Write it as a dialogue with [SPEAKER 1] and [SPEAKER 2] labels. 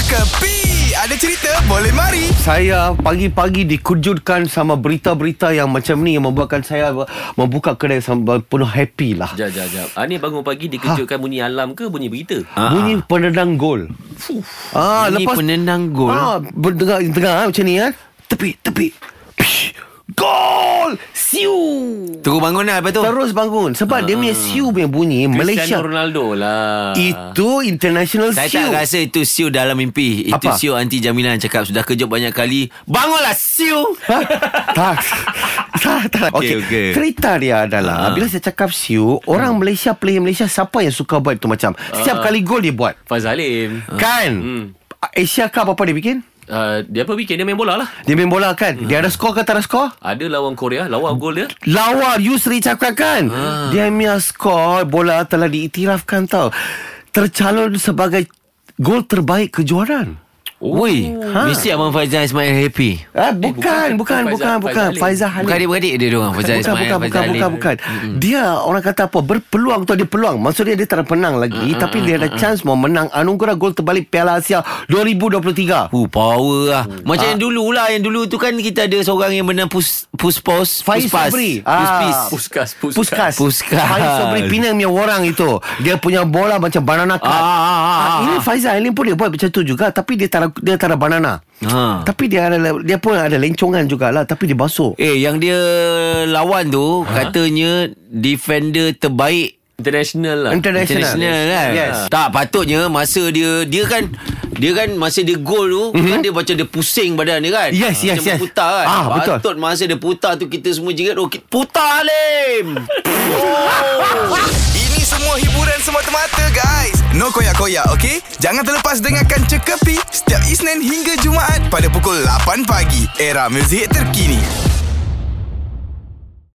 [SPEAKER 1] Kepi Ada cerita boleh mari
[SPEAKER 2] Saya pagi-pagi dikejutkan sama berita-berita yang macam ni yang membuatkan saya membuka kedai sambil penuh happy lah.
[SPEAKER 3] Jap, jap, jap. Ah, ni bangun pagi dikejutkan bunyi alam ke bunyi berita?
[SPEAKER 2] Bunyi
[SPEAKER 4] ah.
[SPEAKER 2] penendang gol. Ah,
[SPEAKER 3] Bunyi penendang gol.
[SPEAKER 2] Ah, dengar dengar ah, macam ni kan. Tepi tepi. Pish, gol! Siu!
[SPEAKER 4] Terus bangun lah lepas tu
[SPEAKER 2] Terus bangun sebab dia
[SPEAKER 4] Ah.
[SPEAKER 2] punya siu punya bunyi Malaysia.
[SPEAKER 3] Cristiano Ronaldo lah.
[SPEAKER 2] Itu international
[SPEAKER 4] Saya
[SPEAKER 2] siu.
[SPEAKER 4] tak rasa itu siu dalam mimpi Itu
[SPEAKER 2] Apa?
[SPEAKER 4] siu anti jaminan cakap Sudah kejut banyak kali Bangunlah siu
[SPEAKER 2] Ha? tak. tak, tak. Okey,
[SPEAKER 4] Okey,
[SPEAKER 2] okay.
[SPEAKER 4] okey. Ah. Hmm.
[SPEAKER 2] cerita dia adalah bila saya cakap siu, orang Malaysia player Malaysia siapa yang suka buat tu macam
[SPEAKER 4] Ah.
[SPEAKER 2] setiap kali gol dia buat.
[SPEAKER 3] Fazalim.
[SPEAKER 2] Kan? Asia Cup apa dia bikin?
[SPEAKER 3] Ah, dia apa bikin? Dia main bola lah.
[SPEAKER 2] Dia main bola kan? Dia ada skor ke tak ada skor?
[SPEAKER 3] Ada lawan Korea, lawan gol dia.
[SPEAKER 2] Lawa Yusri cakap kan? Dia punya skor bola telah diiktirafkan tau. Tercalon sebagai gol terbaik kejuaraan.
[SPEAKER 3] Oh.
[SPEAKER 4] Woi ha. Mesti Abang Faizal Ismail happy
[SPEAKER 2] Ah, bukan,
[SPEAKER 3] bukan,
[SPEAKER 2] bukan, bukan,
[SPEAKER 3] bukan.
[SPEAKER 2] bukan.
[SPEAKER 3] Faizal
[SPEAKER 2] Faizah Halim.
[SPEAKER 4] Bukan adik-beradik dia orang Faizal
[SPEAKER 2] Bukan,
[SPEAKER 4] Ismail
[SPEAKER 2] bukan,
[SPEAKER 4] Faizal
[SPEAKER 2] bukan,
[SPEAKER 4] Ali.
[SPEAKER 2] bukan, bukan. Dia orang kata apa berpeluang tu dia peluang. Maksudnya dia tak menang lagi tapi dia ada chance mau menang anugerah gol terbalik Piala Asia 2023.
[SPEAKER 4] Hu, power lah
[SPEAKER 2] Hmm.
[SPEAKER 4] Macam
[SPEAKER 2] Ah.
[SPEAKER 4] yang dulu lah Yang dulu tu kan Kita ada seorang yang menang pus, Puspos
[SPEAKER 2] Faiz
[SPEAKER 4] Puspas
[SPEAKER 2] Sabri.
[SPEAKER 4] Puspis
[SPEAKER 2] Ah.
[SPEAKER 3] Puskas, puskas.
[SPEAKER 2] Puskas.
[SPEAKER 4] Puskas.
[SPEAKER 2] Faiz Sobri Pinang punya orang itu. Dia punya bola macam banana cut.
[SPEAKER 4] Ah, ah, ah, ah,
[SPEAKER 2] Ah, Ini Faizal Alim pun dia buat macam tu juga tapi dia tak ada- dia tak ada banana.
[SPEAKER 4] Ha.
[SPEAKER 2] Tapi dia ada dia pun ada lencongan jugalah tapi dia basuh.
[SPEAKER 4] Eh yang dia lawan tu ha? Katanya Defender terbaik
[SPEAKER 3] International lah.
[SPEAKER 2] International.
[SPEAKER 4] International kan
[SPEAKER 2] Yes.
[SPEAKER 4] Tak patutnya Masa dia Dia kan Dia kan Masa dia gol tu mm-hmm. kan Dia macam dia pusing badan dia kan
[SPEAKER 2] Mhm. Yes, yes,
[SPEAKER 4] Macam
[SPEAKER 2] yes.
[SPEAKER 4] putar kan
[SPEAKER 2] Ah, betul.
[SPEAKER 4] Patut masa dia putar tu Kita semua jerit oh, ki- Putar Alim
[SPEAKER 1] Ini semua hiburan semata-mata guys No koyak-koyak ok Jangan terlepas dengarkan Cekapi Setiap Isnin hingga Jumaat Pada pukul 8 pagi Era muzik terkini